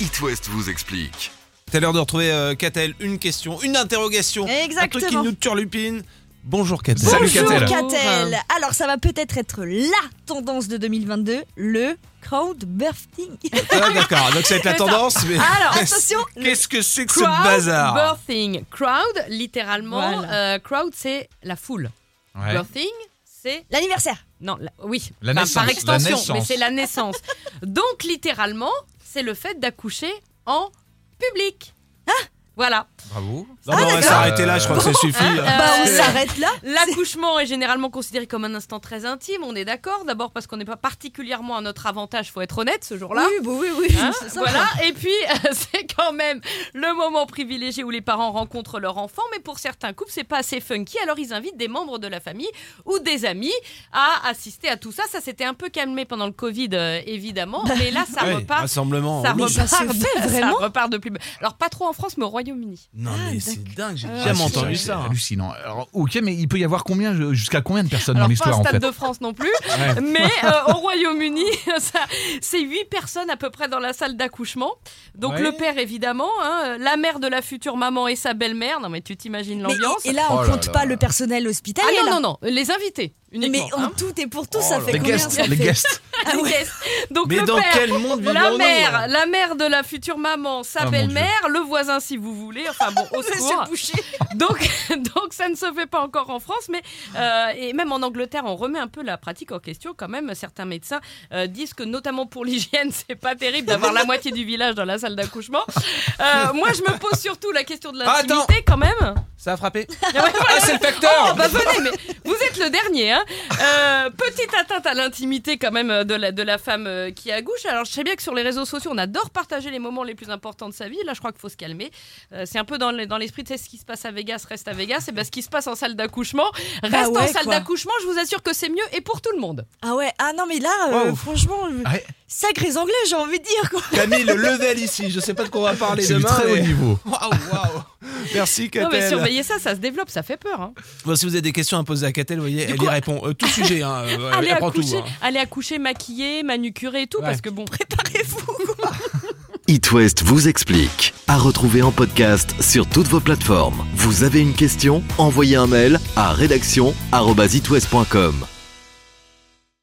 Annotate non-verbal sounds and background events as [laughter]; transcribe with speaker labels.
Speaker 1: It West vous explique.
Speaker 2: C'est l'heure de retrouver euh, Catel. Une question, une interrogation. Un truc qui
Speaker 3: Exactement.
Speaker 2: nous turlupine. Bonjour Catel.
Speaker 3: Bonjour
Speaker 4: [laughs]
Speaker 2: Catel.
Speaker 3: Catel. Alors ça va peut-être être la tendance de 2022, le
Speaker 4: [laughs]
Speaker 3: crowdbursting.
Speaker 2: Ah, D'accord, donc ça va être la
Speaker 4: C'est ça.
Speaker 2: tendance. Mais... [laughs]
Speaker 3: Alors attention, le
Speaker 2: Qu'est-ce que c'est que ce
Speaker 4: Crowd
Speaker 2: bazar
Speaker 4: birthing. Crowd, littéralement,
Speaker 3: Voilà.
Speaker 4: euh, crowd, c'est la foule.
Speaker 2: Ouais.
Speaker 4: Birthing, c'est.
Speaker 3: l'anniversaire.
Speaker 4: Non, la- oui,
Speaker 2: La
Speaker 4: Enfin,
Speaker 2: naissance,
Speaker 4: par
Speaker 2: la
Speaker 4: extension,
Speaker 2: naissance.
Speaker 4: mais c'est la naissance. Donc, littéralement, c'est le fait d'accoucher en public. voilà.
Speaker 5: Bravo.
Speaker 2: Non, mais on va
Speaker 3: d'accord.
Speaker 2: s'arrêter là, je crois que ça suffit.
Speaker 4: Hein, ah, euh,
Speaker 3: bah on
Speaker 4: c'est-
Speaker 3: s'arrête là.
Speaker 4: L'accouchement est généralement considéré comme un instant très intime, on est d'accord. D'abord parce qu'on n'est pas particulièrement à notre avantage, faut être honnête ce jour-là.
Speaker 3: Oui, bah oui, oui.
Speaker 4: Hein,
Speaker 3: c'est ça.
Speaker 4: voilà, et puis [laughs] euh, c'est quand même le moment privilégié où les parents rencontrent leur enfant, mais pour certains couples, c'est pas assez funky, alors ils invitent des membres de la famille ou des amis à assister à tout ça. Ça s'était un peu calmé pendant le Covid, euh, évidemment, mais là ça
Speaker 2: Ouais, bah,
Speaker 4: repart.
Speaker 2: rassemblement. hein.
Speaker 4: Ça
Speaker 2: oui.
Speaker 3: Mais ça
Speaker 4: repart,
Speaker 3: se fait vraiment
Speaker 4: [laughs] ça repart de plus. belle. Alors pas trop en France, mais au Royaume-Uni.
Speaker 2: Non, mais c'est dingue, j'ai
Speaker 5: Ah,
Speaker 2: jamais
Speaker 5: c'est-
Speaker 2: entendu
Speaker 5: c'est
Speaker 2: ça. hein.
Speaker 5: Hallucinant. Alors, ok, mais il peut y avoir combien, je- jusqu'à combien de personnes dans
Speaker 4: Alors pas
Speaker 5: l'histoire
Speaker 4: au
Speaker 5: en
Speaker 4: Stade
Speaker 5: fait
Speaker 4: de France non plus,
Speaker 2: Ouais.
Speaker 4: mais euh, au Royaume-Uni, [laughs] ça- c'est huit personnes à peu près dans la salle d'accouchement. Donc
Speaker 2: Ouais.
Speaker 4: le père évidemment, hein, la mère de la future maman et sa belle-mère. Non mais tu t'imagines
Speaker 3: Mais-
Speaker 4: l'ambiance.
Speaker 3: et là, on
Speaker 5: Oh là
Speaker 3: compte
Speaker 5: là
Speaker 3: pas
Speaker 5: là.
Speaker 3: le personnel hospitalier.
Speaker 4: Ah non,
Speaker 3: là.
Speaker 4: non, non, les invités
Speaker 3: Mais
Speaker 4: uniquement.
Speaker 3: on-
Speaker 4: hein.
Speaker 3: tout et pour tout, ça fait
Speaker 5: Oh Les
Speaker 3: combien
Speaker 5: guests,
Speaker 3: ça
Speaker 5: les
Speaker 3: fait-
Speaker 5: guests.
Speaker 3: [laughs] Ah ouais.
Speaker 4: Les guests. Donc
Speaker 2: Mais
Speaker 4: le
Speaker 2: dans
Speaker 4: père,
Speaker 2: quel monde
Speaker 4: la
Speaker 2: vivons-nous
Speaker 4: mère, la mère de la future maman, sa
Speaker 5: Ah, mon
Speaker 4: belle-mère, le voisin si vous voulez, enfin bon,
Speaker 3: [laughs]
Speaker 4: au
Speaker 3: Monsieur
Speaker 4: secours.
Speaker 3: Boucher.
Speaker 4: Donc, [laughs] donc ça ne se fait pas encore en France, mais euh, et même en Angleterre, on remet un peu la pratique en question quand même. Certains médecins euh, disent que notamment pour l'hygiène, [laughs] c'est pas terrible d'avoir la moitié du village dans la salle d'accouchement. Euh, moi, je me pose surtout la question de
Speaker 2: Ah, attends.
Speaker 4: l'intimité quand même.
Speaker 2: Ça a frappé
Speaker 4: Ah ouais,
Speaker 2: Ah, c'est le facteur
Speaker 4: [laughs] Ah bah venez, mais vous êtes le dernier. Hein. Euh, petite atteinte à l'intimité quand même euh, de la, de la femme euh, qui accouche. Alors je sais bien que sur les réseaux sociaux, on adore partager les moments les plus importants de sa vie. Là, je crois qu'il faut se calmer. Euh, c'est un peu dans le- dans l'esprit, tu sais, ce qui se passe à Vegas reste à Vegas. Et bien ce qui se passe en salle d'accouchement reste en
Speaker 3: ouais,
Speaker 4: salle
Speaker 3: quoi.
Speaker 4: d'accouchement. Je vous assure que c'est mieux et pour tout le monde.
Speaker 3: Ah ouais, ah non mais là, euh,
Speaker 2: Waouh.
Speaker 3: franchement, euh,
Speaker 5: Ouais.
Speaker 3: sacrés anglais, j'ai envie de dire quoi.
Speaker 2: Camille, le level ici, je sais pas de quoi on va parler
Speaker 5: C'est du
Speaker 2: demain.
Speaker 5: très haut
Speaker 2: mais-
Speaker 5: niveau.
Speaker 2: Waouh, waouh. Merci
Speaker 4: Non, mais
Speaker 2: Catel.
Speaker 4: surveillez ça, ça se développe, ça fait peur. hein.
Speaker 2: Bon, si vous avez des questions à poser à Catel, vous voyez, elle
Speaker 4: coup,
Speaker 2: y répond. Euh,
Speaker 4: [laughs]
Speaker 2: tout sujet, hein, euh, ouais,
Speaker 4: allez,
Speaker 2: elle prend tout.
Speaker 4: accoucher,
Speaker 2: hein.
Speaker 4: allez accoucher maquillée, manucurée et tout,
Speaker 2: Ouais.
Speaker 4: parce que bon, [laughs] préparez-vous.
Speaker 1: It West vous explique. À retrouver en podcast sur toutes vos plateformes. Vous avez une question Envoyez un mail à rédaction@itwest.com.